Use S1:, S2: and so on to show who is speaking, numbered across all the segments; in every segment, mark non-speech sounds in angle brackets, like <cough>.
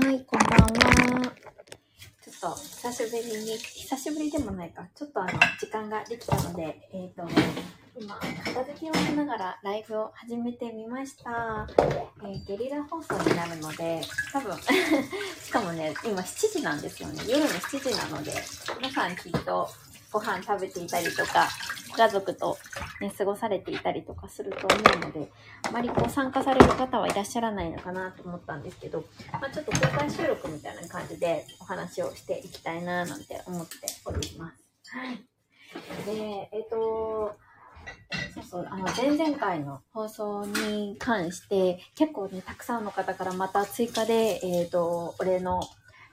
S1: んは。ちょっと、久しぶりに、久しぶりでもないか、ちょっとあの、時間ができたので、えっ、と、今、片付けをしながらライブを始めてみました。えーゲリラ放送になるので、多分、しかもね、今7時なんですよね。夜の7時なので、皆さんきっとご飯食べていたりとか、ご家族と、ね、過ごされていたりとかすると思うので、あまりこう参加される方はいらっしゃらないのかなと思ったんですけど、まあ、ちょっと公開収録みたいな感じでお話をしていきたいななんて思っております。はい。で、えっ、と、そうそう、あの、前々回の放送に関して、結構ね、たくさんの方からまた追加で、えっ、と、お礼の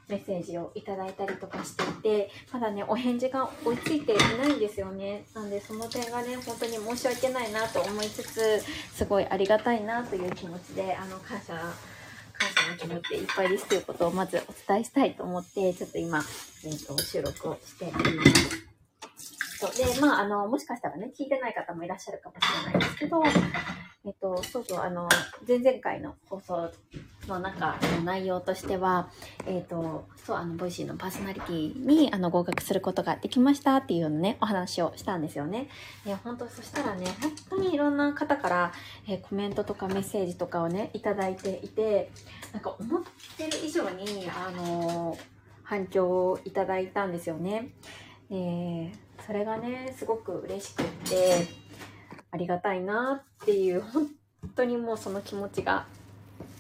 S1: メッセージをいただいたりとかしていて、まだね、お返事が追いついていないんですよね。なんで、その点がね、本当に申し訳ないなと思いつつ、すごいありがたいなという気持ちで、あの、感謝、感謝の気持ちでいっぱいですということをまずお伝えしたいと思って、ちょっと今、えっ、と、収録をしています。そうで、まあ、あの、もしかしたらね、聞いてない方もいらっしゃるかもしれないですけど、えっと、そうそう、あの、前々回の放送の中の内容としては、えっと、そう、あの、ボイシーのパーソナリティに、あの、合格することができましたっていうようなね、お話をしたんですよね。で、本当そしたらね、本当にいろんな方から、えーコメントとかメッセージとかをね、いただいていて、なんか思ってる以上に、あの、反響をいただいたんですよね。えーそれがねすごく嬉しくってありがたいなっていう本当にもうその気持ちが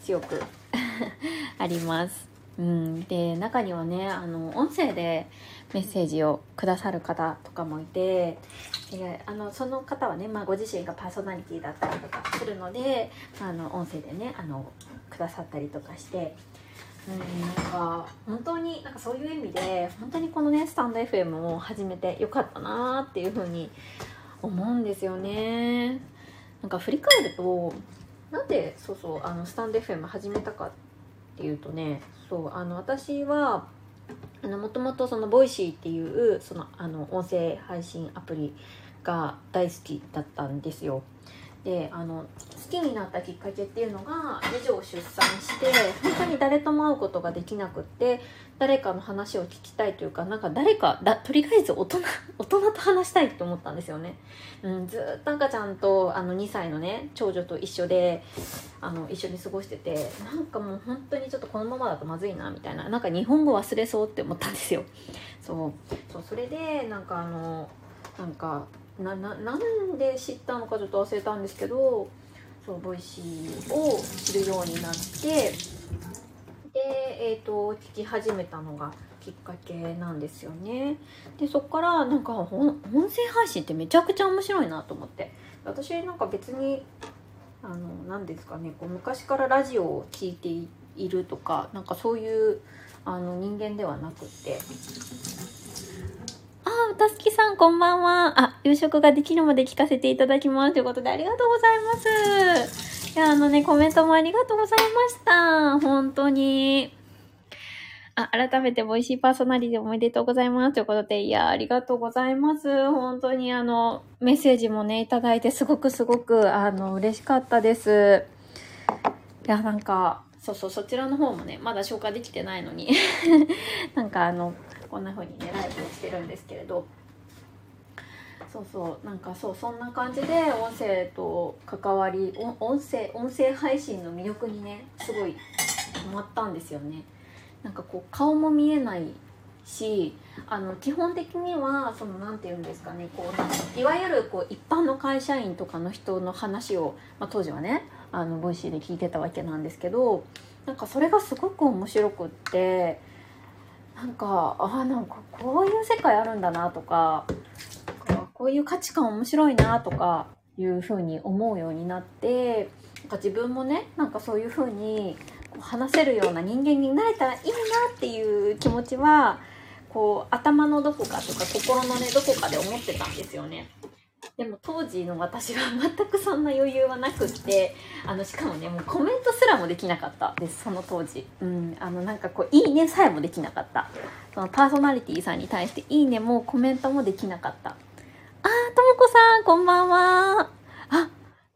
S1: 強く <laughs> あります。うん、で中にはねあの音声でメッセージをくださる方とかもいてであのその方はね、まあ、ご自身がパーソナリティだったりとかするので、まあ、あの音声でねあのくださったりとかしてうん、なんか本当になんかそういう意味で本当にこのねスタンド FM を始めてよかったなーっていうふうに思うんですよねなんか振り返るとなんでそうそうあのスタンド FM 始めたかっていうとねそうあの私はあのもともとそのボイシーっていうそのあの音声配信アプリが大好きだったんですよであの好きになったきっかけっていうのが次女を出産して本当に誰とも会うことができなくって誰かの話を聞きたいというかなんか誰かだとりあえず大人 <laughs> 大人と話したいと思ったんですよね、うん、ずーっと赤ちゃんとあの2歳のね長女と一緒であの一緒に過ごしててなんかもう本当にちょっとこのままだとまずいなみたいななんか日本語忘れそうって思ったんですよそうそうそれでなんかあのなんかなななんで知ったのかちょっと忘れたんですけどそうボイシーを知るようになってで、えー、と聞き始めたのがきっかけなんですよねでそっからなんかほん音声配信ってめちゃくちゃ面白いなと思って私なんか別にあのなんですかねこう昔からラジオを聴いていいるとかなんかそういうあの人間ではなくってあー、たすきさん、こんばんは。あ、夕食ができるまで聞かせていただきます。ということで、ありがとうございます。いや、あのね、コメントもありがとうございました。本当に。あ、改めて、ボイシーパーソナリティおめでとうございます。ということで、いや、ありがとうございます。本当に、あの、メッセージもね、いただいて、すごくすごく、あの、嬉しかったです。いや、なんか、そうそう、そちらの方もね、まだ消化できてないのに。 <laughs> なんか、あの、こんな風にねライブをしてるんですけれどそうそうなんかそうそんな感じで音声と関わりお音声音声配信の魅力にねすごいハマったんですよねなんかこう顔も見えないしあの基本的にはそのなんて言うんですかねこうなんかいわゆるこう一般の会社員とかの人の話を、まあ、当時はねあのボイシーで聞いてたわけなんですけどなんかそれがすごく面白くってなんかあーなんかこういう世界あるんだなとかなんかこういう価値観面白いなとかいうふうに思うようになってなんか自分もねなんかそういうふうにこう話せるような人間になれたらいいなっていう気持ちはこう頭のどこかとか心のねどこかで思ってたんですよね。でも当時の私は全くそんな余裕はなくってあのしかもねもうコメントすらもできなかったですその当時うんあのなんかこう「いいね」さえもできなかったそのパーソナリティさんに対して「いいね」もコメントもできなかったあーともこさんこんばんはあ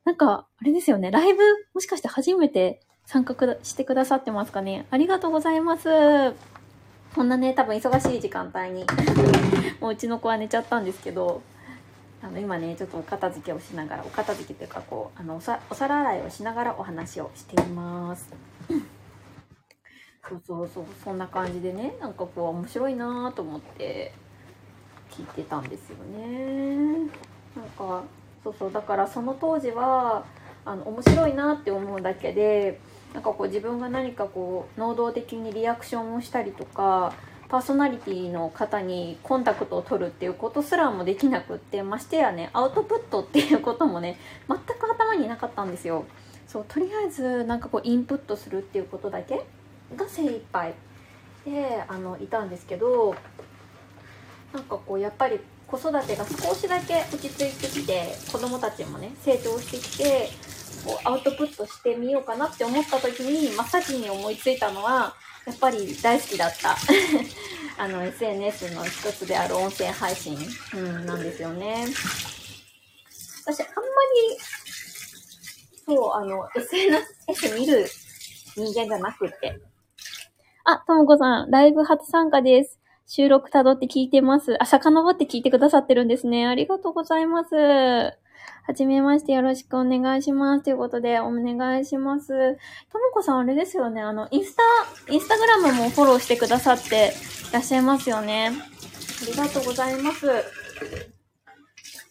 S1: なんかあれですよねライブもしかして初めて参加くだしてくださってますかね。ありがとうございます。こんなね、多分忙しい時間帯に、もううちの子は寝ちゃったんですけど、あの今ね、ちょっとお片付けをしながら、お片付けというかこう、あのおさお皿洗いをしながらお話をしています。そうそうそう、そんな感じでね、なんかこう面白いなぁと思って聞いてたんですよね。なんか、そうそう、だからその当時は、あの面白いなって思うだけでなんかこう自分が何かこう能動的にリアクションをしたりとかパーソナリティの方にコンタクトを取るっていうことすらもできなくってましてやねアウトプットっていうこともね全く頭になかったんですよそうとりあえずなんかこうインプットするっていうことだけが精一杯であのいたんですけどなんかこうやっぱり子育てが少しだけ落ち着いてきて子供たちもね成長してきてこうアウトプットしてみようかなって思った時に真っ先に思いついたのはやっぱり大好きだったあの SNS の一つである音声配信、うん、なんですよね私あんまりそうあの SNS 見る人間じゃなくてあ、ともこさん、ライブ初参加です。収録辿って聞いてます。あ、遡って聞いてくださってるんですね。ありがとうございます。はじめまして、よろしくお願いします。ということで、お願いします。ともこさん、あれですよね。あの、インスタ、インスタグラムもフォローしてくださっていらっしゃいますよね。ありがとうございます。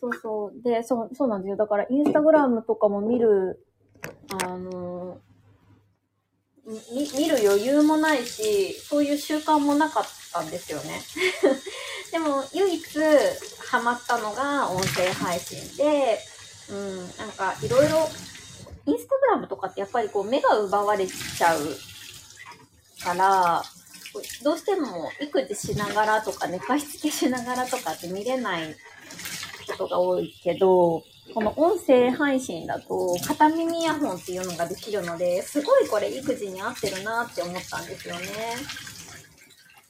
S1: そうそう。で、そう、そうなんですよ。だから、インスタグラムとかも見る、あの、み見る余裕もないし、そういう習慣もなかったんですよ <laughs> ね。でも、唯一ハマったのが音声配信で、うん、なんかいろいろ、インスタグラムとかってやっぱりこう目が奪われちゃうから、こうどうしても育児しながらとか寝かしつけしながらとかって見れないことが多いけど、この音声配信だと、片耳イヤホンっていうのができるので、すごいこれ育児に合ってるなって思ったんですよね。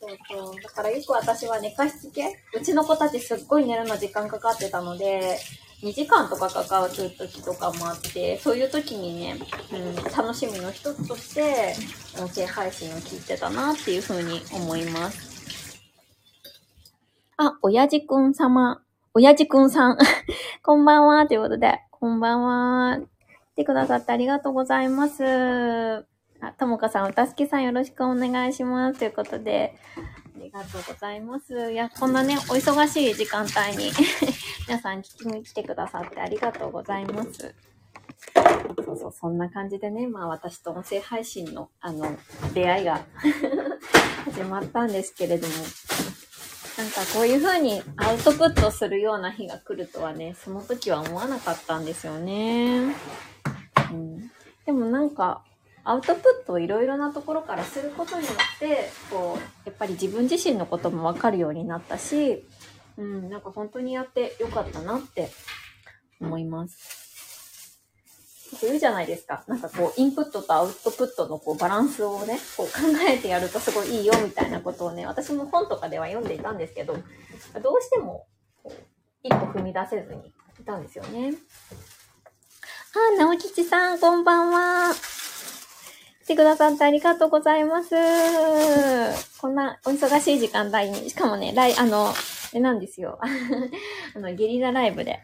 S1: そうそう。だからよく私は寝かしつけうちの子たちすっごい寝るの時間かかってたので、2時間とかかかる時とかもあって、そういう時にね、うん、楽しみの一つとして、音声配信を聞いてたなっていうふうに思います。あ、親父くん様。親父くんさん。 <laughs> こんばんは。ということで、こんばんは。来てくださってありがとうございます。あ、ともかさん、おたすけさんよろしくお願いします。ということで、ありがとうございます。いや、こんなね、お忙しい時間帯に、 <laughs> 皆さん聞きに来てくださってありがとうございます。そうそう、そんな感じでね、まあ私と音声配信の、あの、出会いが <laughs> 始まったんですけれども、なんかこういう風にアウトプットするような日が来るとはね、その時は思わなかったんですよね。うん、でもなんか、アウトプットをいろいろなところからすることによって、こう、やっぱり自分自身のこともわかるようになったし、うん、なんか本当にやってよかったなって思います。よく言うじゃないですか。なんかこう、インプットとアウトプットのこうバランスをね、こう考えてやるとすごいいいよみたいなことをね、私も本とかでは読んでいたんですけど、どうしてもこう一歩踏み出せずにいたんですよね。あ、直吉さん、こんばんは。来てくださってありがとうございます。こんなお忙しい時間帯に、しかもね、ライ、あの、あれなんですよ。 <laughs> あの、ゲリラライブで。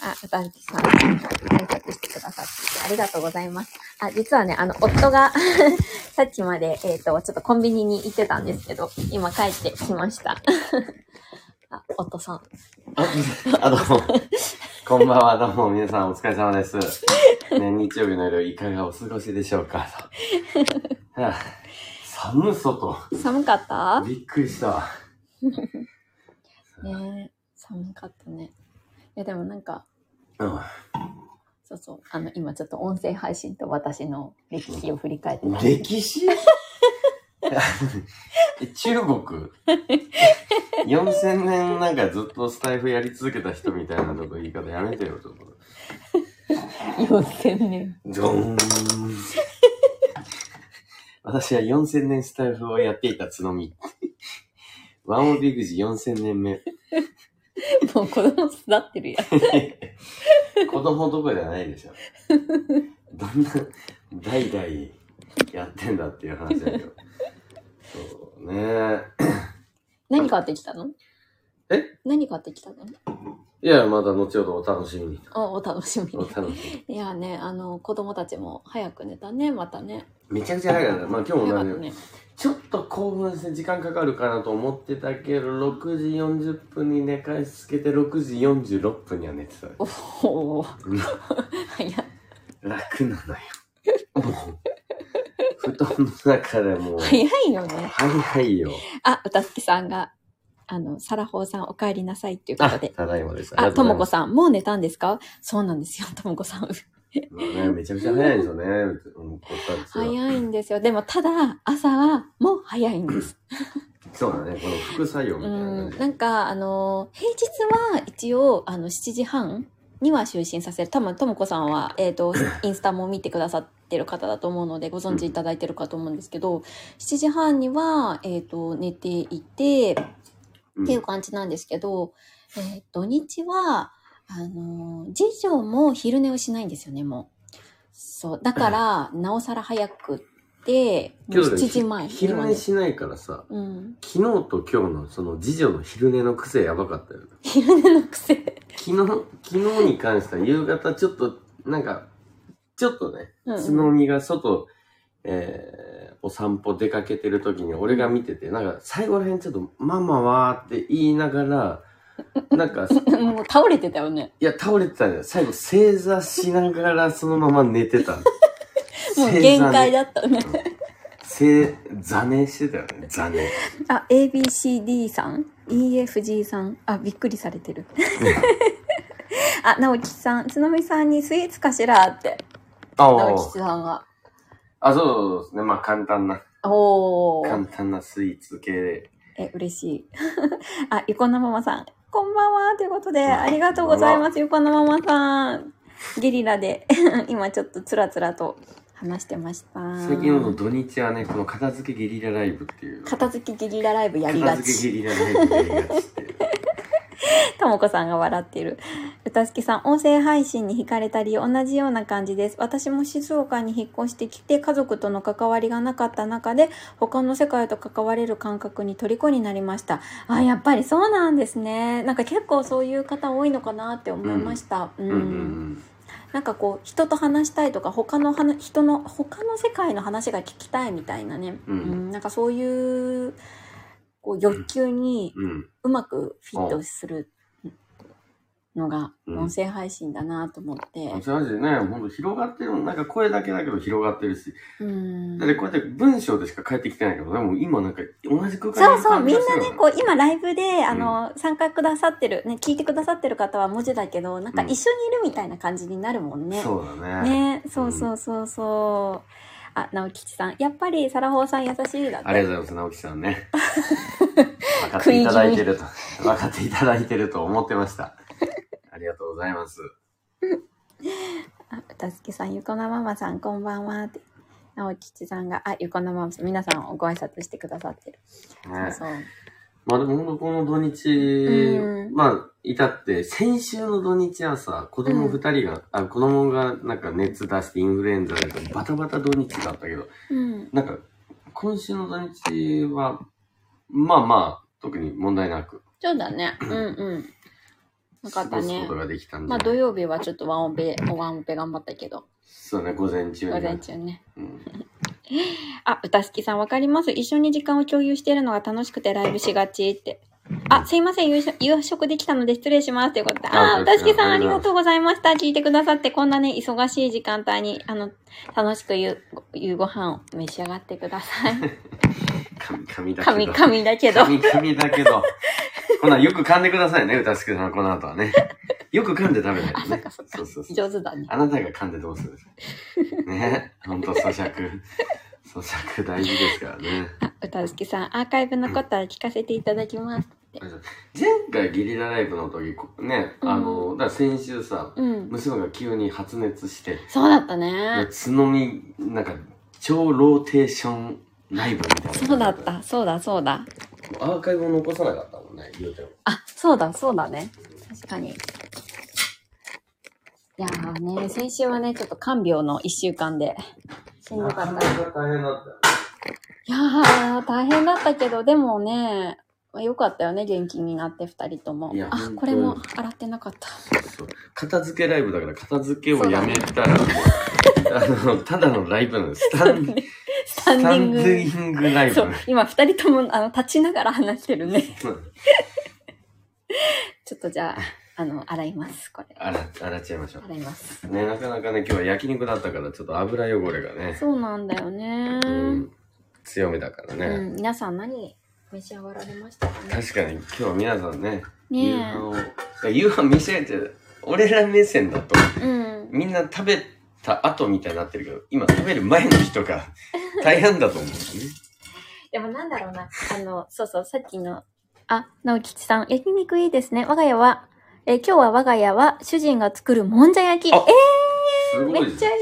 S1: あ、うたんきさん、挨拶してくださっていてありがとうございます。あ、実はね、あの、夫が、 <laughs> さっきまで、えっ、と、ちょっとコンビニに行ってたんですけど、今帰ってきました。 <laughs> あ、夫さん。
S2: <laughs> あ、どうも。こんばんは、どうも、皆さんお疲れ様です。ね、日曜日の夜、いかがお過ごしでしょうかと。はあ寒そと。
S1: 寒かった
S2: びっくりした。
S1: ねえ寒かったね。いや、でもなんか、
S2: うん。
S1: そうそう、あの、今ちょっと音声配信と私の歴史を振り返って <laughs> た。
S2: 歴史 <laughs> 中国 ?4000 年なんかずっとスタイフやり続けた人みたいなちょっと言い方やめてよ、ちょっと。
S1: 4000年。
S2: ドーン。 <laughs> 私は4000年スタイフをやっていたつのみ。ワンオビグジ4000年目。
S1: もう子供育ってるやん。
S2: 子供どころじゃないでしょ。どんな、代々やってんだっていう話だけど。そうね。
S1: 何買ってきたの
S2: え
S1: 何買ってきたの
S2: いや、まだ後ほどお楽しみに。
S1: あお楽しみ
S2: お
S1: に。
S2: 楽しみに。
S1: いやね、あの、子供たちも早く寝たね、またね。
S2: めちゃくちゃ早かった。まあ今日も
S1: 早か
S2: な
S1: っ
S2: ん
S1: た
S2: か
S1: ね。
S2: ちょっと興奮して時間かかるかなと思ってたけど、6時40分に寝かしつけて、6時46分には寝てた。
S1: おおー。早い。
S2: 楽なのよ。もう、布団の中でもう、
S1: 早いよね。
S2: 早いよ。
S1: あ、歌すきさんが、あの、サラホーさんお帰りなさいっていうこ
S2: あ、
S1: とで。
S2: ただいまです。
S1: あ、ともこ
S2: こ
S1: さん、もう寝たんですかそうなんですよ、ともこさん。
S2: ん。ね、めちゃくちゃ早いんですよね。思ったんですよ
S1: 早いんですよ。でも、ただ、朝は、もう早いんです。
S2: そうだね、この副作用み
S1: う
S2: たいな感
S1: ん。
S2: じ。
S1: なんか、あの、平日は一応、あの、7時半には就寝させる。多分、ともこさんは、えっ、
S2: <coughs>
S1: と、インスタも見てくださってる方だと思うので、ご存知いただいてるかと思うんですけど、7時半には、えっ、と、寝ていて、
S2: うん
S1: っていう感じなんですけど、えー土日は、あのー次女も昼寝をしないんですよね、もう。そう。だから、なおさら早くって、
S2: け
S1: もう
S2: どね
S1: 7時前。
S2: ひ昼寝しないからさ、
S1: うん。 <laughs>
S2: 昨日と今日のその次女の昼寝の癖やばかったよ。
S1: 昼寝の癖。
S2: 昨日、昨日に関しては夕方ちょっと、なんか、ちょっとね、
S1: うん
S2: つのみが外、えーお散歩出かけてる時に俺が見てて、なんか最後らへんちょっとママはーって言いながら、 <laughs> なんか、い
S1: <laughs> もう倒れてたよね。
S2: や倒れてたんだよ。最後正座しながらそのまま寝
S1: <laughs>
S2: てた。
S1: もう
S2: 正座ね
S1: 限界だったね。
S2: 正座寝してたよね。
S1: <laughs>
S2: 座寝。
S1: あ、ABCD さん ?EFG さんあ、びっくりされてる。あ、直樹さん、つのみさんにスイーツかしらって、
S2: あ
S1: 直
S2: あ
S1: 樹さんが。
S2: あ、そうですね。まあ簡単な、
S1: おー。
S2: 簡単なスイーツ系で。
S1: え、嬉しい。 <laughs> あ、ゆこんなママさん。こんばんは。ということで、ありがとうございます。ゆこんなママさん。ゲリラで、 <laughs> 今ちょっとつらつらと話してました。
S2: 最近の土日はね、この片付けゲリラライブっていう。
S1: 片付けゲリラライブやりが
S2: 片付け
S1: ち。
S2: ゲリラライブやりがちっていう。
S1: ともこさんが笑ってる。歌すきさん、音声配信に惹かれたり、同じような感じです。私も静岡に引っ越してきて、家族との関わりがなかった中で、他の世界と関われる感覚に虜になりました。あ、やっぱりそうなんですね。なんか結構そういう方多いのかなって思いました。うん。
S2: うんうんうん。
S1: なんかこう、人と話したいとか、他の話、人の、他の世界の話が聞きたいみたいなね。
S2: うん
S1: なんかそういう、こう欲求に
S2: うん。
S1: うまくフィットするのが
S2: うん
S1: 音声配信だなと思って。
S2: 私マジでね、ほんと広がってるもん。なんか声だけだけど広がってるし。
S1: うん
S2: だってこうやって文章でしか返ってきてないけど、でも今なんか同じ空間
S1: そうそう、
S2: に
S1: み
S2: い
S1: ん
S2: る
S1: な
S2: 感じがするよ
S1: ね、こう、今ライブで、あの、参加くださってる、ね、聞いてくださってる方は文字だけど、なんか
S2: うん
S1: 一緒にいるみたいな感じになるもんね。
S2: そうだね。
S1: ね、そうそうそうそう。あ、直吉さん、やっぱりサラホーさん優しいだって。
S2: ありがとうございます、直樹さんね。分かっていただいてると、分かっていただいてると思ってました。ありがとうございます。
S1: あ、たすけさん、ゆこなママさん、こんばんは。って。直吉さんが、あ、ゆこなママさん、皆さんご挨拶してくださってる。
S2: ね、
S1: そうそう。
S2: まあでも本当この土日、
S1: うん
S2: まあ、いたって、先週の土日はさ、子供二人が、あ、子供がなんか熱出してインフルエンザでバタバタ土日だったけど、
S1: うん。
S2: なんか、今週の土日は、まあまあ、特に問題なく、
S1: そうだね。うんうん。よかった
S2: 過ごす
S1: ね
S2: こと。ができたんで。
S1: まあ土曜日はちょっとワンオペ、ワンオペ頑張ったけど、
S2: そうね、午前中に。
S1: 午前中ね。
S2: うん。
S1: あ、歌好きさんわかります。一緒に時間を共有しているのが楽しくてライブしがちって。あ、すいません。夕食夕食できたので失礼します。ということで。
S2: あ
S1: あ、歌好きさんあ
S2: あり
S1: り
S2: が
S1: が
S2: と
S1: とうございました。聞いてくださって、こんなね、忙しい時間帯に、あの、楽しく夕夕ご飯を召し上がってください。
S2: 神、神だけど。
S1: 神々だけど。
S2: 噛み噛みだけど。こんなんよく噛んでくださいね、歌好きさん、この後はね。よく噛んで食べないと
S1: <laughs> あそ
S2: ね。
S1: っかそっか
S2: そうそうそう。
S1: 上手だね。
S2: あなたが噛んでどうするんですかね。ほんと咀嚼。 <laughs> 咀嚼大事ですからね。
S1: あ、歌好きさん、アーカイブ残ったら聞かせていただきます。
S2: 前回ゲリラライブの時、こね、あの、だから先週さ、
S1: うん。
S2: 娘が急に発熱して、
S1: そうだったね。
S2: つのみ、なんか、超ローテーションライブみたいな。
S1: そうだっ。た。そうだ、そうだ。
S2: アーカイブを残さなかったもんね、言うても。
S1: あ、そうだ、そうだね。確かに。いやーね、先週はね、ちょっと看病の一週間で、しんどかった。い
S2: 大変だったよ。
S1: やー、大変だったけど、でもね、まあよかったよね、元気になって二人とも
S2: いや。
S1: あ
S2: 本当、に
S1: これも洗ってなかった。
S2: そう片付けライブだから片付けをやめたら、あのただのライブなんですスタン
S1: <laughs> スタンディング
S2: スタンディングライブ
S1: そう、今二人とも、あの、立ちながら話してるね。
S2: うん
S1: ちょっとじゃあ、あの、洗います、これ。
S2: 洗っ洗っちゃいましょ
S1: 洗います。
S2: うねなかなかね今日は焼肉だったからちょっと油汚れがね、
S1: そうなんだよね
S2: う。ん、強めだからね、
S1: うん、皆さん何召し上がられましたかね
S2: 確かに今日は皆さんね夕
S1: ね
S2: 飯を夕飯見せて俺ら目線だと
S1: え。うん。
S2: みんな食べた後みたいになってるけど今食べる前の人が大変だと思うんですね
S1: でもなんだろうな。あの、そうそう、さっきの、あ、直吉さん、焼肉いいですね。我が家は、えー今日は我が家は主人が作るもんじゃ焼き。え
S2: あす
S1: ー、
S2: ごい
S1: め
S2: で
S1: っ
S2: す
S1: ちゃい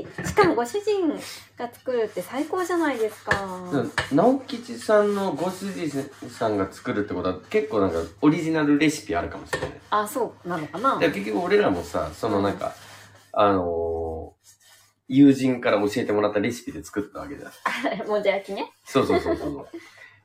S1: い。しかもご主人が作るって最高じゃないですか。
S2: 直吉さんのご主人さんが作るってことは結構なんかオリジナルレシピあるかもしれないだ
S1: あ、そうなのかな
S2: から結局俺らもさそのなんか、あのー友人から教えてもらったレシピで作ったわけじゃん
S1: <laughs> もんじゃ焼きね。
S2: そうそうそうそうそ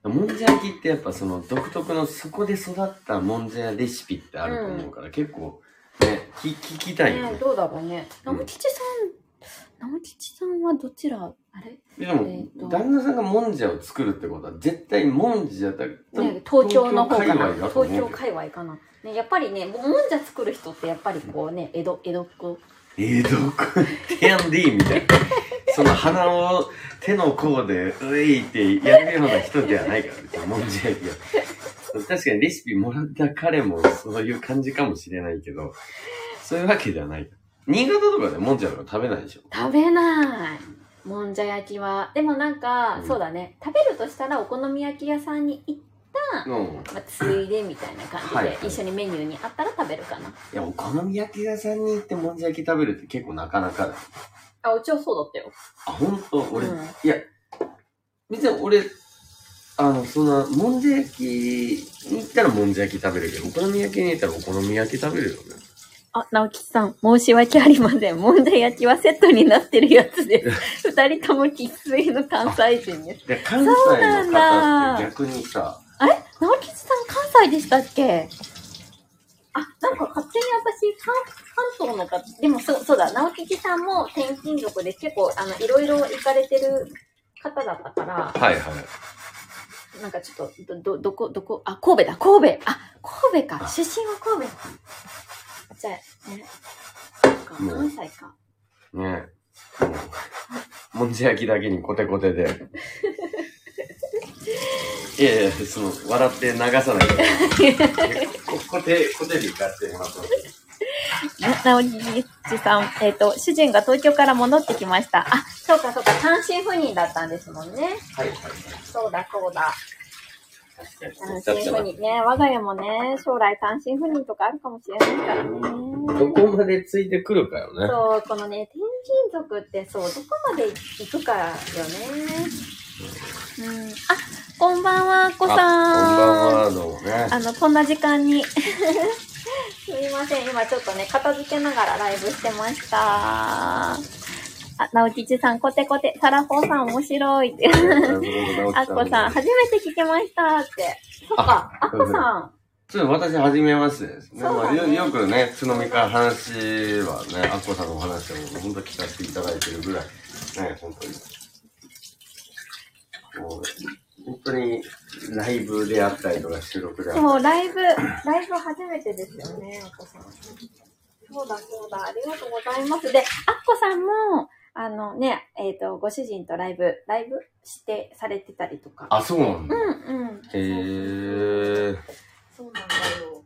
S2: うもんじゃ焼きってやっぱその独特のそこで育ったもんじゃレシピってあると思うから、結構ね聞聞きたいよ
S1: ね
S2: ね
S1: どうだろうね。
S2: うん
S1: 直吉さん、直吉さんはどちら、あれ
S2: でも、
S1: えーと
S2: 旦那さんがもんじゃを作るってことは絶対もんじゃだ、
S1: ね、東京の方かな
S2: 東京界隈だと思う
S1: 東
S2: けど
S1: 京界隈かな、ね、やっぱりねももんじゃ作る人ってやっぱりこうね江戸江戸っ子
S2: えー、どこ、キャンディーみたいな。その鼻を手の甲で、ういってやるような人ではないから、別にもんじゃ焼きは。確かにレシピもらった彼もそういう感じかもしれないけど、そういうわけじゃない。新潟とかでもんじゃとか食べないでしょ。
S1: 食べないもんじゃ焼きはでもなんか、
S2: うん
S1: そうだね食べるとしたらお好み焼き屋さんに行っ
S2: うん。い
S1: まあ、ついでみたいな感じで、
S2: はいはい
S1: 一緒にメニューにあったら食べるかな
S2: や、お好み焼き屋さんに行ってもんじゃ焼き食べるって結構なかなかだ。
S1: あうちはそうだったよ
S2: あ、ほんと俺、
S1: うん
S2: いや、別に俺、あの、そんな、もんじゃ焼きに行ったらもんじゃ焼き食べるけど、お好み焼きに行ったらお好み焼き食べるよね。
S1: あ直吉さん申し訳ありませんもんじゃ焼きはセットになってるやつです
S2: <laughs>
S1: 二人とも生粋の関西人です
S2: で、関西
S1: そうな
S2: の
S1: ん
S2: 方
S1: だ
S2: って逆にさ、
S1: 直吉さん関西でしたっけあ、なんか勝手に私、関関東の方、でもそうそうだ、直吉さんも転勤族で結構、あの、いろいろ行かれてる方だったから、
S2: はいはい。
S1: なんかちょっと、ど、ど、どこ、どこ、あ、神戸だ、神戸あ、神戸か、
S2: あ
S1: 出身は神戸じゃあ、ね、そっか
S2: もう
S1: 関西か。
S2: ねもうもんじゃ焼きだけにコテコ
S1: <laughs>
S2: テで。いやいや、その、笑って流さないで。こコテ、コテで行かせてもらってます。
S1: 直吉さん、えっ、と、主人が東京から戻ってきました。あ、そうかそうか、単身赴任だったんですもんね。
S2: はいはい
S1: そうだそうだ。単
S2: はい。
S1: 身赴任ね、我が家もね、将来単身赴任とかあるかもしれないからね。
S2: どこまでついてくるかよね。
S1: そう、このね、転勤族ってそう、どこまで行くかよね。うん。あ、こんばんは、あっこさん。
S2: あこんばんは、どうもね。
S1: あの、こんな時間に。 <laughs> すみません、今ちょっとね、片付けながらライブしてました。あ、直吉さん、コテコテ、サラホーさん面白いって。あっこさん、初めて聞きましたって。そっか、あっこさん。
S2: ちょっと私、初めましてですね。
S1: そうだね
S2: まあ、よよくね、津波から話はね、あっこさんのお話を本当聞かせていただいてるぐらい、ね、本当に。もう、本当に、ライブであったりとか、収録であったり。
S1: そう、ライブ、ライブ初めてですよね、あっこさん。そうだ、そうだ、ありがとうございます。で、あっこさんも、あのね、えっ、と、ご主人とライブ、ライブして、されてたりとか。
S2: あ、そうなん
S1: う
S2: だ。
S1: んうん。
S2: へえー。
S1: そうなんだよ。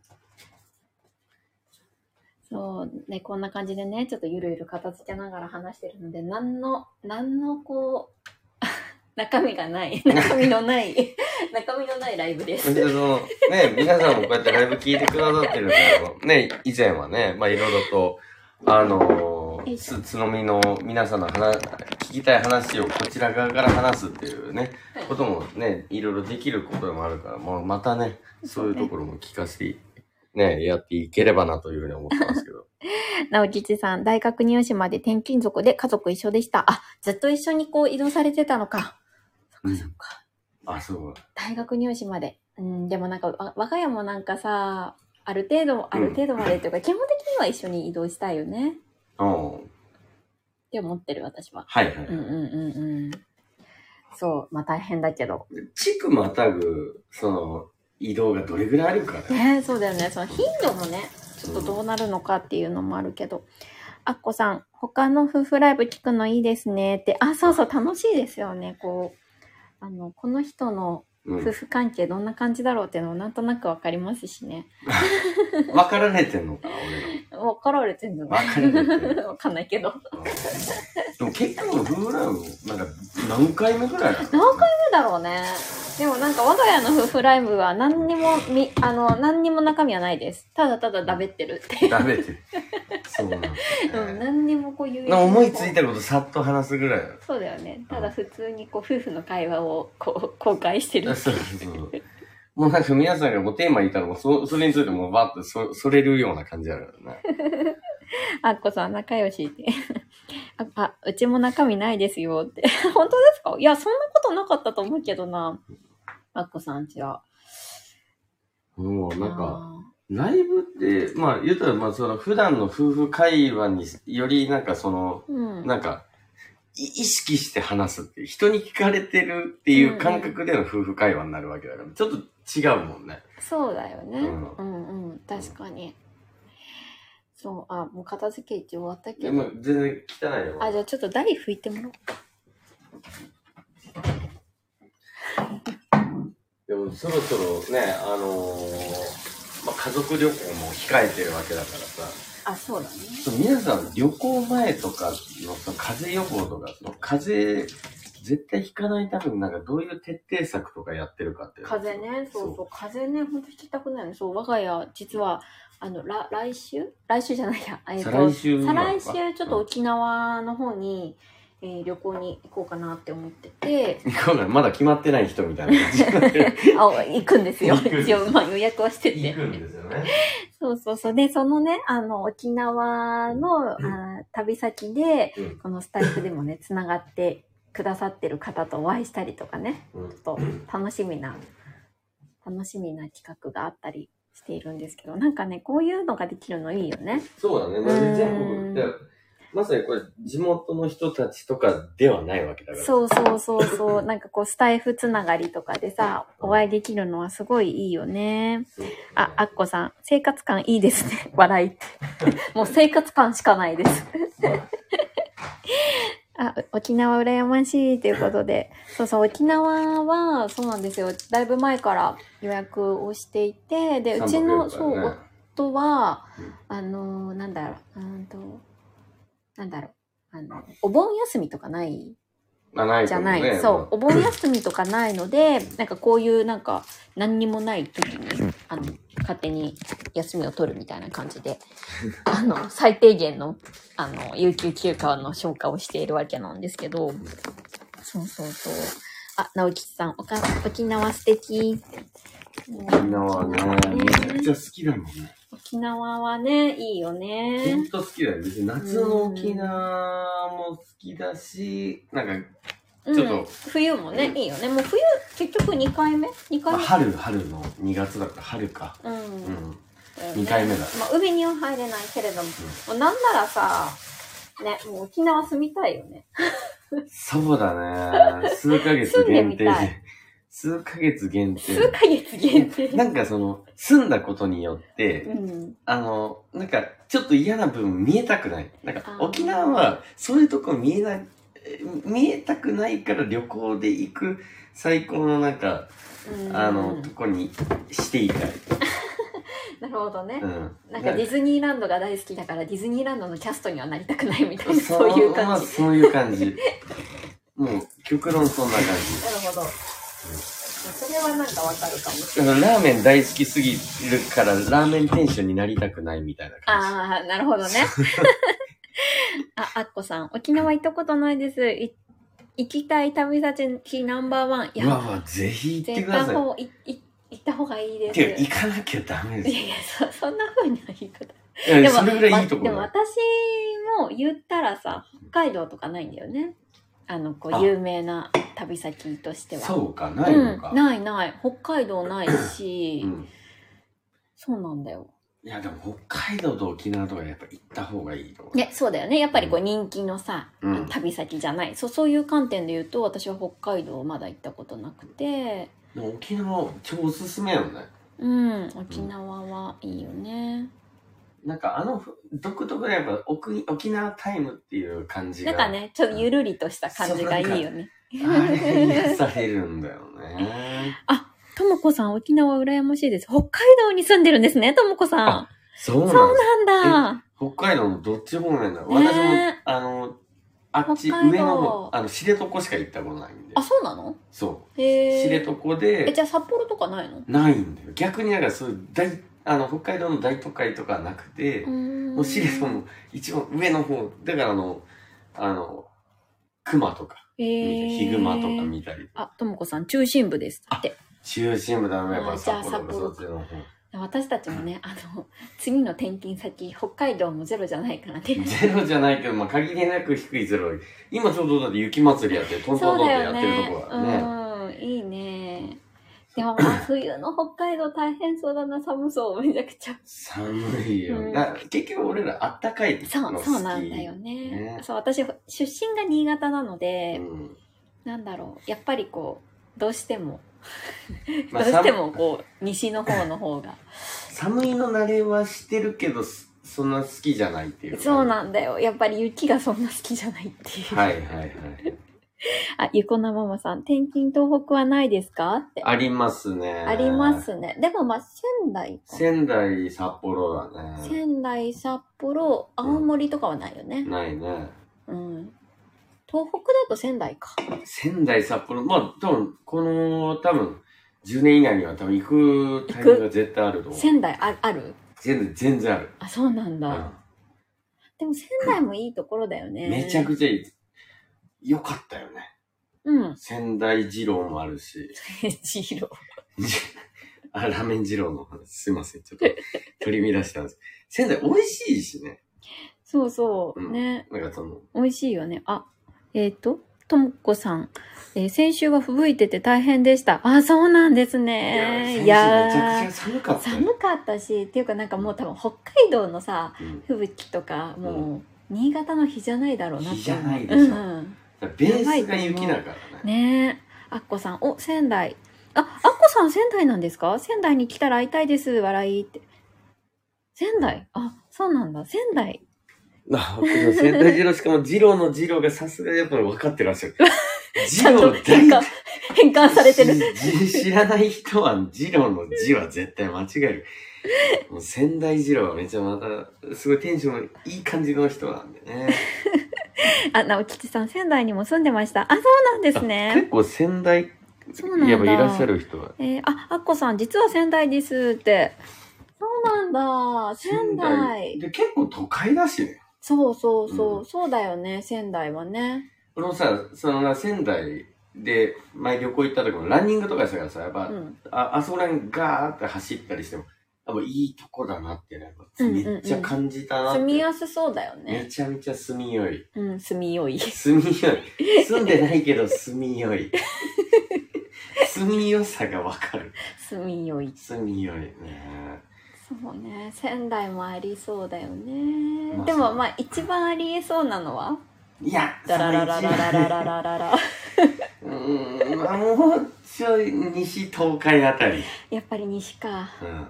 S1: そう、ね、こんな感じでね、ちょっとゆるゆる片付けながら話してるので、なんの、なんのこう、 <laughs> 中身がない、中身のない、 <laughs> 中身のないライブです
S2: そ。してその、ね、皆さんもこうやってライブ聞いてくださってるから、ね、以前はね、まあいろいろと、あのー、つ、つのみの皆さんの話、聞きたい話をこちら側から話すっていうね、
S1: はい
S2: こともね、いろいろできることでもあるから、もうまたね、そういうところも聞かせてね、やっていければなというふうに思ってます
S1: <laughs>
S2: けど。
S1: 直吉さん、大学入試まで転勤族で家族一緒でした。あ、ずっと一緒にこう移動されてたのか。そっかそっか。
S2: あ、そう。
S1: 大学入試まで。うん、でもなんか、わ我が家もなんかさ、ある程度、ある程度までっていうか、基本的には一緒に移動したいよね。っ
S2: うん。
S1: て思ってる、私は。
S2: はいはい。
S1: うんうんうんうん。そう、まあ大変だけど。
S2: 地区またぐ、その、移動がどれぐらいあるかね。
S1: ねそうだよね。その頻度もね、ちょっとどうなるのかっていうのもあるけど。あっこさん、他の夫婦ライブ聞くのいいですねって。あ、そうそう、楽しいですよね。こう、あの、この人の
S2: う
S1: 夫
S2: ん。
S1: 婦関係どんな感じだろうっていうのもなんとなくわかりますしね。
S2: 分かられてんのかな、俺ら。
S1: わかられてんの
S2: わかられて
S1: <laughs>
S2: る
S1: わかんないけど。
S2: でも結構フーラム、なんか何回目ぐらいなの
S1: 何回目だろうね。でもなんか我が家の夫婦ライブは何にもみ、あの、何にも中身はないです。ただただだべってるっていう。
S2: ダメって。そうなんです
S1: う
S2: ね
S1: ん、何にもこう言う。
S2: なんか思いついたことさっと話すぐらいだよ
S1: そうだよね。ただ普通にこう夫婦の会話をこう公開してる
S2: そうそう。もうなんか皆さんがもうテーマ言ったらもうそそれについてもうバッとそそれるような感じあるよね。
S1: <laughs> あっこさん仲良しって。 <laughs> あ、あうちも中身ないですよって。 <laughs> 本当ですかいや、そんなことなかったと思うけどな。あっこさんちは。
S2: もうなんか、
S1: あ
S2: ライブって、まあ言ったらまあその普段の夫婦会話によりなんかその、
S1: ー、うん。
S2: なんか、い意識して話すっていう、人に聞かれてるっていう感覚での夫婦会話になるわけだから、ちょっと違うもんね。
S1: そうだよね。う
S2: うんん、
S1: うん、確かに。そう、あ、もう片付け一応終わった
S2: いや
S1: け
S2: も
S1: ど
S2: う。全然汚いよ。
S1: あ、じゃあちょっと台拭いてもらおう。
S2: でもそろそろね、あのーまあ、家族旅行も控えてるわけだからさ、
S1: あ、そうだね。
S2: ちょっと皆さん旅行前とかのその風邪予防とか、その風邪絶対ひかないためになんかどういう徹底策とかやってるかっていうの
S1: 風邪ね、そうそう、風邪ね、ほんと聞きたくないの。そう、我が家、実は、あの、ら来週来週じゃないや、えっ
S2: 再
S1: と
S2: 来週
S1: 再
S2: なのか
S1: 来週、ちょっと沖縄の方に、えー旅行に行こうかなって思って
S2: <laughs>
S1: て、
S2: 今回まだ決まってない人みたいな感じになって <laughs> る
S1: あ、行くんですよ。
S2: 行くんです
S1: 一応、まあ予約はしてて。
S2: んですよね。
S1: そうそうそう。で、そのね、あの、沖縄の、あ旅先で、
S2: うん
S1: このスタイフでもね、つながってくださってる方とお会いしたりとかね、
S2: うん
S1: ちょっと楽しみな、楽しみな企画があったりしているんですけど、なんかね、こういうのができるのいいよね。
S2: そうだね。
S1: う
S2: ま
S1: ん
S2: あ、全部、だからまさにこれ、地元の人たちとかではないわけだから。
S1: そうそうそうそう。 <laughs> なんかこう、スタイフつながりとかでさ、お会いできるのはすごいいいよね。
S2: そう
S1: あ、あっこさん、生活感いいですね。 <laughs> 笑いっ
S2: <laughs>
S1: て。もう生活感しかないです。あ、沖縄羨ましいということで。そうそう、沖縄は、そうなんですよ。だいぶ前から予約をしていて、で、うちの、
S2: 304
S1: そ
S2: 番だよ
S1: う
S2: ね、
S1: 夫は
S2: うん、
S1: あの、なんだろう、うーんと、なんだろう、あの、お盆休みとかない
S2: あない
S1: じ
S2: と
S1: ゃ
S2: 思
S1: ない、
S2: ね
S1: そうお盆休みとかないのでなんかこういうなんか何にもない時にあの勝手に休みを取るみたいな感じで <laughs> あの最低限のあの有給休暇の消化をしているわけなんですけどそうそうそうあ直吉さんおか沖縄素敵
S2: 沖縄ね、めちゃくちゃ好きだもんね。
S1: 沖縄はねいいよ
S2: ほ
S1: ね
S2: んと好きだよ。別に夏の沖縄も好きだし、なんか、ちょっと
S1: うん、冬もねいいよねもう冬結局2回目2
S2: ま
S1: 回
S2: あ、
S1: 目
S2: 春、春の2月だから春か。
S1: うん
S2: うん。
S1: だよね
S2: 二回目だ
S1: まあ、海には入れないけれども、もうなんならさ、ね、もう沖縄住みたいよね。
S2: そうだね。数ヶ月
S1: 住んで
S2: 限
S1: み
S2: 定
S1: たい
S2: で。数ヶ月限定
S1: 数ヶ月限定。
S2: なんかその、住んだことによって、
S1: うん。
S2: あの、なんか、ちょっと嫌な部分見えたくない。なん
S1: あ
S2: か、
S1: ー
S2: 沖縄は、そういうとこ見えない、え見えたくないから旅行で行く最高のなんか、
S1: うん
S2: あの、とこにしていたい。
S1: なるほどね
S2: う。ん。
S1: なんかディズニーランドが大好きだから、ディズニーランドのキャストにはなりたくないみたいな、そういう
S2: まあ
S1: 感じ。
S2: そういう
S1: <laughs>
S2: 感じ。もう、極論そんな感
S1: なるほど。それはなんかわかるかも。
S2: じ。だからラーメン大好きすぎるから、ラーメン店主になりたくないみたいな感
S1: ああ、なるほど
S2: <laughs>
S1: ね。あ、あっこさん、沖縄行ったことないです。い行きたい旅先ナンバーワン。い
S2: じ。
S1: や
S2: う、わうわ、ぜひ行って
S1: 絶
S2: くだ
S1: 対
S2: さい。
S1: ほうい行っ行った方がいいです。
S2: てか、行かなきゃダメです
S1: いやいやそ、そんな風な言い方。
S2: よ。いや、それぐらいいいとこ
S1: ま
S2: ろ
S1: で
S2: だ
S1: も私も言ったらさ、北海道とかないんだよね。あの、こ
S2: あ
S1: う、有名な旅先としては。
S2: そうか、ないのか。
S1: うん、ないない。北海道ないし、
S2: うん
S1: そうなんだよ。
S2: いや、でも北海道と沖縄とかやっぱ行った方がいいと思う。
S1: ね、そうだよね。やっぱりこう人気のさ、
S2: うん
S1: 旅先じゃない。そう、そういう観点で言うと、私は北海道まだ行ったことなくて、
S2: でも沖縄超おすすめやんね。
S1: うん、沖縄はいいよね。
S2: なんかあのふ独特でやっぱ沖沖縄タイムっていう感じ
S1: な
S2: が。
S1: んか。ね、ちょっとゆるりとした感じがいいよね。 <laughs>
S2: あれ癒されるんだよね。
S1: ともこさん、沖縄羨ましいです。北海道に住んでるんですね、ともこさ。
S2: あそうなんん
S1: そう
S2: です
S1: なんだ。
S2: 北海道のどっち方面だろう
S1: ね
S2: 私も、あの、あっち
S1: 北海道
S2: 上の方、あの、知床しか行ったことないんで
S1: あ、。そうなの
S2: そ
S1: へ
S2: う。知
S1: え。
S2: 床
S1: え、
S2: で
S1: じ、ゃあ札幌とかないの
S2: ないんだよ。逆になんかそういう大、あの、北海道の大都会とかなくて、も
S1: も
S2: う知床の一番上の方、だからあの、あの、熊とか、
S1: え
S2: ヒグマとか見たり。
S1: あ、ともこさん、中心部ですって。
S2: 中心部だな、やっぱ
S1: あじゃあ
S2: 札幌とかそっ
S1: 札
S2: ちの方。
S1: 私たちもね、あの、次の転勤先、北海道もゼロじゃないからね。
S2: ゼロじゃないけど、まあ、限りなく低いゼロ。今ちょうどだって雪祭りやって、トント
S1: そ
S2: ン
S1: う
S2: トンっ
S1: だ
S2: て
S1: よ
S2: やってるとこだね。
S1: ね。うん、いいね。でもまあ、冬の北海道大変そうだな、寒そう、めちゃくちゃ。
S2: 寒いよ。
S1: うん
S2: だ結局俺らあったかいの好き。
S1: そう、そうなんだよね
S2: ね。
S1: そう、私、出身が新潟なの
S2: う
S1: で、
S2: ん。
S1: なんだろう、やっぱりこう、どうしても、ど
S2: ま
S1: う
S2: あ、
S1: して
S2: 寒
S1: もこう、西の方の方
S2: <laughs>
S1: が。
S2: 寒いの慣れはしてるけど、すそんな好きじゃないっていう。
S1: そうなんだよ。やっぱり雪がそんな好きじゃないっていう。
S2: はいはいはい。
S1: あ、ゆこなママさん、転勤東北はないですかって。
S2: ありますね。
S1: ありま。すね。でもまあ、仙台か。
S2: 仙台、札幌だね。
S1: 仙台、札幌、青森とかはないよね。
S2: ないね。
S1: うん。東北だと仙台か。
S2: 仙台、札幌、まあ、多分、この、多分、10年以内には多分行くタイミングが絶対あると思う。
S1: 仙台あある
S2: 全然、全然ある。
S1: あ、そうなんだ。でも仙台もいいところだよ
S2: う
S1: ね。
S2: ん。めちゃ
S1: ちゃ。
S2: くちゃいい。よかったよね。
S1: うん。
S2: 仙台二郎もあるし、
S1: ジロ
S2: あ、ラーメン二郎の話、すいません。
S1: <laughs>
S2: ちょっと取り乱したんです。仙台美味しいしね。
S1: そうそう。
S2: うん
S1: ね。
S2: なんかその、
S1: 美味しいよね。あ、えっ、と、ともこさん、えー先週は吹雪いてて大変でした。あ、そうなんですね。い
S2: いや、仙台
S1: や
S2: めちゃくちゃ寒か
S1: ー
S2: ったよ。
S1: 寒かったし、っていうかなんかもう多分北海道のさ、
S2: うん
S1: 吹雪とか、もう、新潟の日じゃないだろうなって思う。
S2: 日じゃないでしょ
S1: うんうん。
S2: だからベースが雪だからね。
S1: ねえ。あっこさん、お、仙台。あ、あっこさん仙台なんですか仙台に来たら会いたいです、笑いって。仙台あ、そうなんだ。仙台。
S2: あ、仙台二郎、しかも二郎の二郎がさすがやっぱり分かってらっしゃる。
S1: <laughs>
S2: 二
S1: ちゃんと
S2: 郎
S1: 変換、変換されてる。
S2: し知らない人は二郎の字は絶対間違える。もう仙台二郎はめちゃまた、すごいテンションのいい感じの人なんでね。
S1: あ、直吉さん、仙台にも住んでました。あ、そうなんですね
S2: 結。構仙台、
S1: そうなんだ。
S2: やっぱいらっしゃ。る人は。
S1: えーあ、あっこさん、実は仙台ですって。そうなんだ。仙台。
S2: で、結構都会だしね。
S1: そうそうそう、
S2: うん
S1: そうだよね、仙台はね。
S2: 俺もさ、その仙台で前旅行行った時もランニングとかしたからさ、やっぱ、
S1: うん。
S2: ああそこら辺ガーって走ったりしても、やっぱいいとこだなってね、
S1: うんうんうん
S2: めっちゃ感じたなって。
S1: 住みやすそうだよ
S2: め
S1: ね。
S2: ちゃめちゃ住みよい。
S1: うん、住みよい。 <laughs>
S2: 住みよい。住んでないけど住みよい。住みよさがわかる。
S1: 住みよい。
S2: 住みよいね。
S1: そうね、仙台もありそうだよね。
S2: まあ
S1: で
S2: そ
S1: も、
S2: う
S1: まあ、一番ありえそうなのはい
S2: や、
S1: ダララララララララララ。 <laughs>
S2: その一番うーん、まあもうちょい西東海あたり。
S1: やっぱり西か。
S2: うん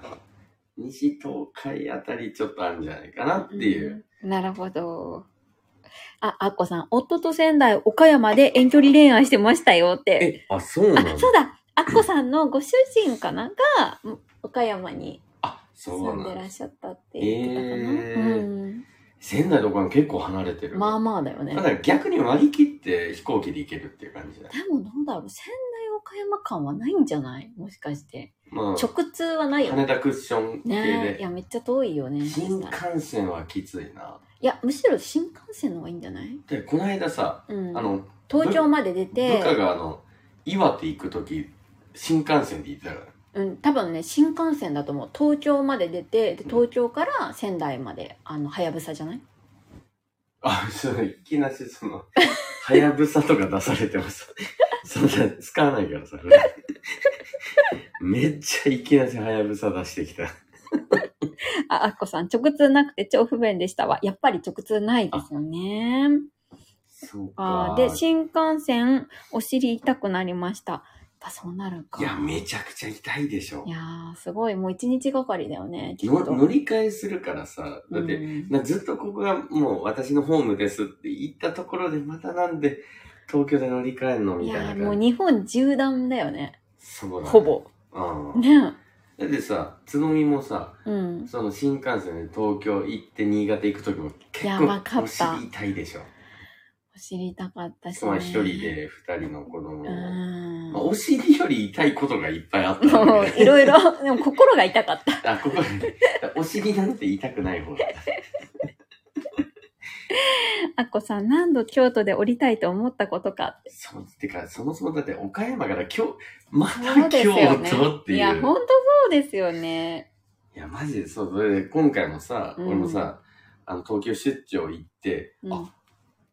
S2: 西東海あたりちょっとあるんじゃないかなっていう。
S1: うん。なるほど。あ、あっこさん、夫と仙台、岡山で遠距離恋愛してましたよって。
S2: え、あ、そうな
S1: あ
S2: の、
S1: そうだ、あっこさんのご主人かなが、うん岡山に
S2: あ、そ
S1: 住
S2: うんな
S1: でら
S2: の
S1: っしゃったって言ってたかな。
S2: へー仙台とかも結構離れて
S1: う
S2: る。
S1: ん。まあまあだよね
S2: だ。から逆に割り切って飛行機で行けるっていう感じだ。
S1: でもどうだろう、仙台岡山間はないんじゃないもしかして。
S2: まあ、
S1: 直通はないよね。
S2: 羽田クッション系
S1: ねえ。い
S2: で。
S1: や、めっちゃ遠いよね。
S2: 新幹線はきついな。
S1: いや、むしろ新幹線の方がいいんじゃない
S2: でこの間さ、
S1: うん。
S2: あの
S1: 東京まで出て
S2: 部、下があの岩手行く時新幹線で行ってたから
S1: うん、多分ね、新幹線だと思う。東京まで出て、で東京から仙台まで、あの、はやぶさじゃない
S2: あ、そう、いきなしその、
S1: <laughs>
S2: はやぶさとか出されてます。そんな、使わないからさ、これめっちゃいきなしはやぶさ出してきた。
S1: あ、あっこさん、直通なくて超不便でしたわ。やっぱり直通ないですよね。
S2: そう
S1: あ
S2: か
S1: ー。で、新幹線、お尻痛くなりました。やっぱそうなるか。
S2: いや、めちゃくちゃ痛いでしょ
S1: い。やーすごい。もう一日がかりだよね。きっ
S2: の
S1: と
S2: 乗り換えするからさ、だって、
S1: うん
S2: なずっとここがもう私のホームですって言ったところで、またなんで東京で乗り換えんの
S1: い
S2: みたい
S1: や
S2: な
S1: ーもう
S2: 感じ。
S1: 日本縦断だよね。
S2: そうなの
S1: ほ。ぼ。
S2: うん。
S1: ね。
S2: だってさ、つのみもさ、
S1: うん。
S2: その新幹線で東京行って新潟行くときも結
S1: や
S2: 構
S1: ばかった
S2: お尻痛いでしょ。
S1: お尻痛かったし、
S2: まあ
S1: ね。
S2: 一人。で二人の子供
S1: う
S2: を、
S1: ん。
S2: まあ、お尻より痛いことがいっぱいあった
S1: も
S2: わ
S1: う
S2: けで
S1: いろいろ、でも心が痛かった。
S2: あ、ここでお尻なんて痛くない方だった。
S1: あっこさん、何度京都で降りたいと思ったことかって。
S2: そう、てか、そもそもだって岡山から今日、ま
S1: そう
S2: た
S1: ですよ
S2: 京
S1: ね
S2: 都っ。ていう。
S1: いや、ほんとそうですよね。
S2: いや、マジでそう。それで、今回もさ、
S1: うん
S2: 俺もさ、あの、東京出張行って、
S1: うん
S2: あ、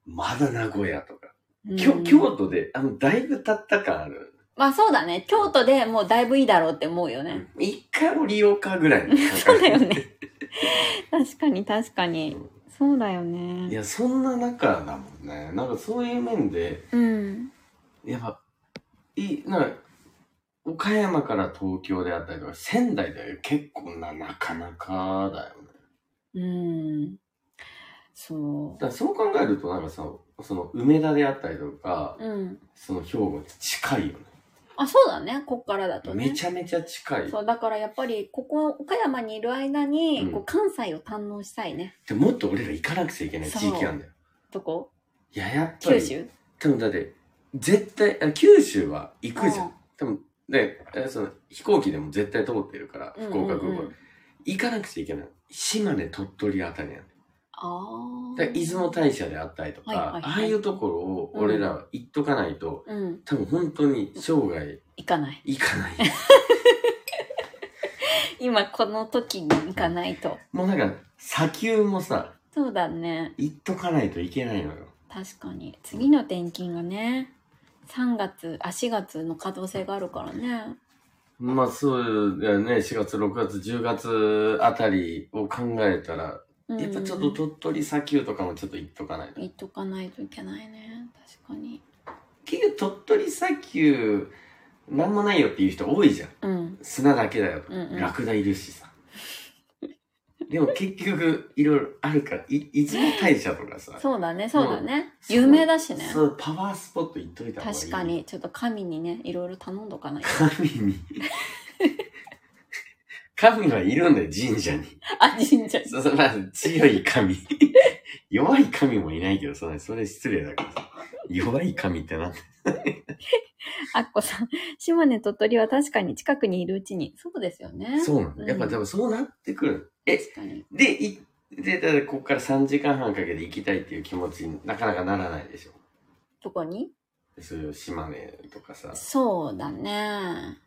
S2: まだ名古屋とか。
S1: うん
S2: きょ京都で、あの、だいぶ経った感ある。
S1: まあそうだね。京都でもうだいぶいいだろうって思うよね。
S2: 一回降りようかぐらいの感
S1: <laughs>
S2: 覚
S1: そうだよね。確かに確かに。そうだよ
S2: い
S1: ね。
S2: や、そんな中だもんね。なんかそういう面で、
S1: うん。
S2: やっぱ、い、なんか、岡山から東京であったりとか、仙台だよ。結構な、なかなかだよね。
S1: うん。そ
S2: だからそう考えると、なんかさ、その、梅田であったりとか、
S1: う。うん。
S2: その兵庫って近いよね。
S1: あ、そうだね。こっからだとね。
S2: めちゃめちゃ近い。
S1: そう、だからやっぱり、ここ、岡山にいる間
S2: う
S1: に、
S2: ん
S1: こう、関西を堪能したいね。
S2: でもっと俺ら行かなくちゃいけない地域なんだよ。
S1: どこ
S2: いや、やっぱ
S1: 九
S2: り。
S1: 州
S2: 多分だって、絶対、あ九州は行くじゃ
S1: うん
S2: ん。多分、で、えその飛行機でも絶対通ってるから、
S1: うんうん
S2: 福岡空港、
S1: うん
S2: 行かなくちゃいけない。島根、鳥取あたりなんだよ
S1: ああ。
S2: だから出雲大社であったりとか、
S1: はいはいはい
S2: ああいうところを俺らは行っとかないと、
S1: うん。
S2: 多分本当に生涯
S1: 行かない。
S2: 行か
S1: <laughs>
S2: ない。
S1: 今、この時に行かないと。
S2: もうなんか、砂丘もさ、
S1: そうだね。
S2: 行っとかないといけないのよ。
S1: 確かに。次の転勤がね、3月、あ、4月の可能性があるからね。
S2: まあそうだよね、4月、6月、10月あたりを考えたら、
S1: うん
S2: やっぱちょっと鳥取砂丘とかもちょっと行っとかないと。
S1: 行っとかないといけないね。確かに。
S2: 結局鳥取砂丘、なんもないよっていう人多いじゃん。
S1: うん。
S2: 砂だけだよとか、
S1: うんうん
S2: ラクダいるしさ。でも結局、いろいろあるから、い、出雲大社とかさ。
S1: そうだね、そうだね。
S2: そう
S1: 有名だしね。
S2: そう、パワースポット行っといた方がいい。
S1: 確か。に、ちょっと神にね、いろいろ頼んどかないと。 <laughs>
S2: 神に。神はいるんだよ、神社に。
S1: あ、神社。
S2: そそまあ、強い神。 <laughs> 弱い神もいないけど、それそれ失礼だからさ。弱い神ってなんだ
S1: あっこさん、島根、鳥取は確かに近くにいるうちに。そうですよね。
S2: そうな
S1: う
S2: の。
S1: ん
S2: やっぱ多分そうなってくる。え、
S1: 確かに。
S2: で、い、で、だからここから3時間半かけて行きたいっていう気持ちになかなかならないでしょ。
S1: どこに
S2: そういう島根とかさ。
S1: そうだね。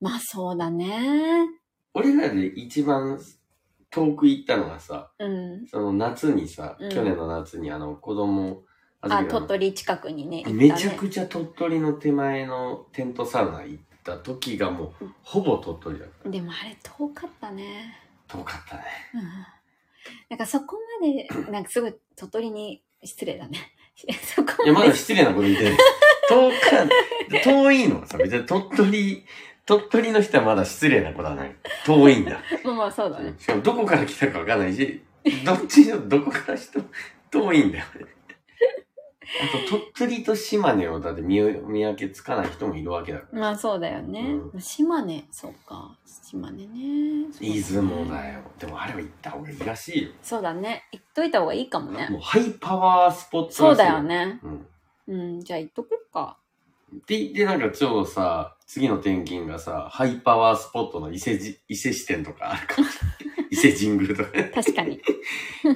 S1: まあそうだね。
S2: 俺らで一番遠く行ったのがさ、
S1: うん。
S2: その夏にさ、
S1: うん
S2: 去年の夏にあの子供、
S1: あ、
S2: ずきが
S1: 鳥取近くにね、行ったね。
S2: めちゃくちゃ鳥取の手前のテントサウナ行った時がもう、ほぼ鳥取だから。
S1: でもあれ遠かったね。
S2: 遠かったね。
S1: うん。なんかそこま
S2: <clears throat>
S1: で、なんかすぐ鳥取に失礼だね。 <laughs> そこ
S2: いや、
S1: ま
S2: ま
S1: で
S2: だ。失礼なこと言ってない。遠か、遠いのはさ、別に鳥取、鳥取の人はまだ失礼なことはない。遠いんだ。
S1: まあまあそうだね。
S2: しかもどこから来たかわかんないし、どっちの、どこから人、遠いんだよ。あと、鳥取と島根をだって見見分けつかない人もいるわけだから。
S1: まあそうだよね。
S2: う
S1: 島根、そうか。島根ね。そうだね
S2: 出雲だよ。でもあれは行った方がいいらしいよ。
S1: そうだね。行っといた方がいいかもね。
S2: もうハイパワースポットらしい
S1: そうだよ。ね。
S2: うん。
S1: うん、じゃあ行っとこうか。
S2: で、で、なんかちょうどさ、次の転勤がさ、ハイパワースポットの伊勢じ、伊勢支店とかあ
S1: <laughs>
S2: るかもしれない。伊勢神宮とか。
S1: 確かに。 <laughs>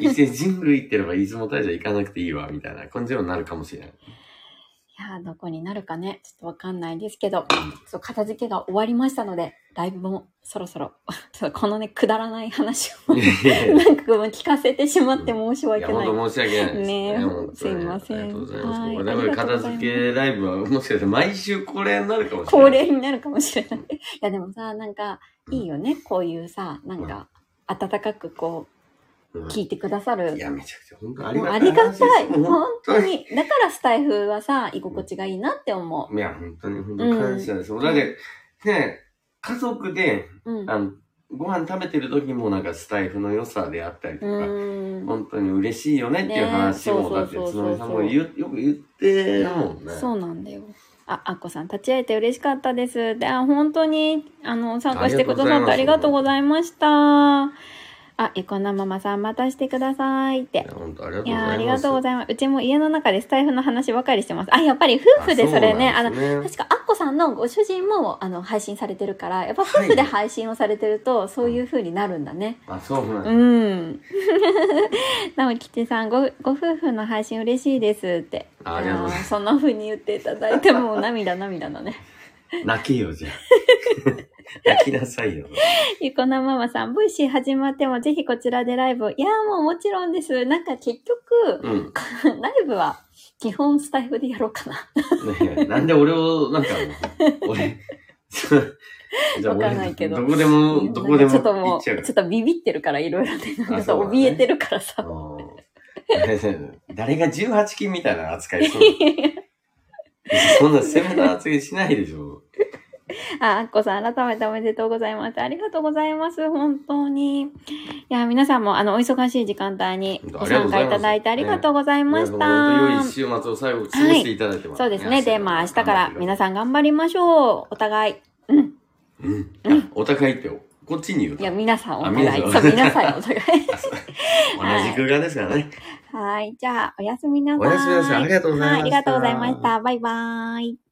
S2: 伊勢神宮行ってれば出雲大社行かなくていいわ、みたいな感じになるかもしれない。
S1: いやーどこになるかね、ちょっとわかんないですけど、そう片付けが終わりましたので、ライブもそろそろ、 <laughs> ちょっとこのね、くだらない話を
S2: い、やいや
S1: なんかもう聞かせてしまって申し
S2: い
S1: 訳
S2: や、
S1: ない。
S2: 本当申し訳ないです
S1: ねえ
S2: 本当に
S1: すいません
S2: ありがとうございます。
S1: はい
S2: これだから片付けライブは、もしかしたら毎週恒例になるかもしれな
S1: 恒
S2: い。
S1: 例になるかもしれない。いやでもさ、なんか、いいよね、こういうさ、なんか、温かくこ
S2: うん
S1: う、聞いてくださる
S2: いや、めちゃくちゃ本当あり
S1: もう
S2: がた
S1: あ
S2: い話
S1: りが
S2: です。
S1: たい。
S2: もう
S1: 本当。に。だからスタイフはさ、居心地がいいなって思
S2: いや、本当に、本当に感謝です。もうだって、ね、家族で、
S1: う。うん。
S2: あの、ご飯食べてる時もなんかスタイフの良さであったりと
S1: う
S2: か、
S1: ーん。
S2: 本当に嬉しいよねっていう話
S1: ね
S2: も、
S1: え
S2: だって、
S1: そう
S2: つ
S1: そうそうそ
S2: の
S1: う
S2: みさんも言うよく言ってるもんね。
S1: そうなんだよ。あ、あっこさん、立ち会えて嬉しかったです。で、あ、本当に、あの、参加してくださって
S2: あ
S1: あ
S2: り
S1: り
S2: が
S1: が
S2: と
S1: と
S2: う
S1: う
S2: ご
S1: ご
S2: ざ
S1: ざいました。あ、えこんなママさん、またしてくださいっ
S2: い
S1: て
S2: や、。本当ありがと
S1: いう
S2: ござい
S1: やー
S2: ます。
S1: ありがとうございます。うちも家の中でスタイフの話ばかりしてます。あ、やっぱり夫婦でそれね、あ
S2: あ
S1: の
S2: そうなん、ですね
S1: 確かアッコさんのご主人もあの配信されてるから、やっぱ夫婦で配信をされてると、そういう風になるんだね。
S2: あ、そうなん
S1: う
S2: です。
S1: ん。 <laughs> なお、吉さん、ご、ご夫婦の配信嬉しいですって。
S2: あありがとうございます
S1: やーそんな風に言っていただいて、もう涙涙だね。 <laughs>
S2: 泣けよ、じゃあ。泣きなさいよ。
S1: ゆこなママさん、ボイシー始まってもぜひこちらでライブを。いやーもうもちろんです。なんか結局、
S2: うん。
S1: ライブは基本スタイフでやろうかな。
S2: ねえなんで俺を、なんかもう、俺、そうじ
S1: わかんないけど
S2: どこでも、どこでも
S1: ちょっと
S2: 行
S1: もう、
S2: っち
S1: ち
S2: ゃ
S1: ょ
S2: う
S1: っとビビってるからいろいろね。なんかさ、
S2: そうだね
S1: 怯えてるから
S2: あ
S1: さ。
S2: の <laughs> 誰が18金みたいな扱いする
S1: <laughs>
S2: のそんな攻めた扱いしないでしょ。
S1: <laughs> あ、あっこさん、改めておめでとうございます。ありがとうございます。本当に。いや、皆さんも、あの、お忙しい時間帯に
S2: 本当
S1: ご参加いただいて
S2: あ
S1: あ
S2: り
S1: りが
S2: がと
S1: と
S2: う
S1: うございま
S2: い
S1: し
S2: や本当に良
S1: た
S2: い。週末を最後過ごしていただいても、
S1: そうですね。で、まあ、明日から皆
S2: ん。
S1: さん頑張りましょう。お互い。うん。
S2: うん。あお互いって、こっちに言う
S1: い
S2: と。
S1: や、
S2: 同
S1: 皆さんお
S2: あ
S1: 互い。そ
S2: 皆さん
S1: う、皆さんお互い。 <laughs>
S2: じ空間ですからね。
S1: はい。じゃあ、おやすみなさい。
S2: おやすみなさいありがとうございました
S1: はありがとうございました。バイバイ。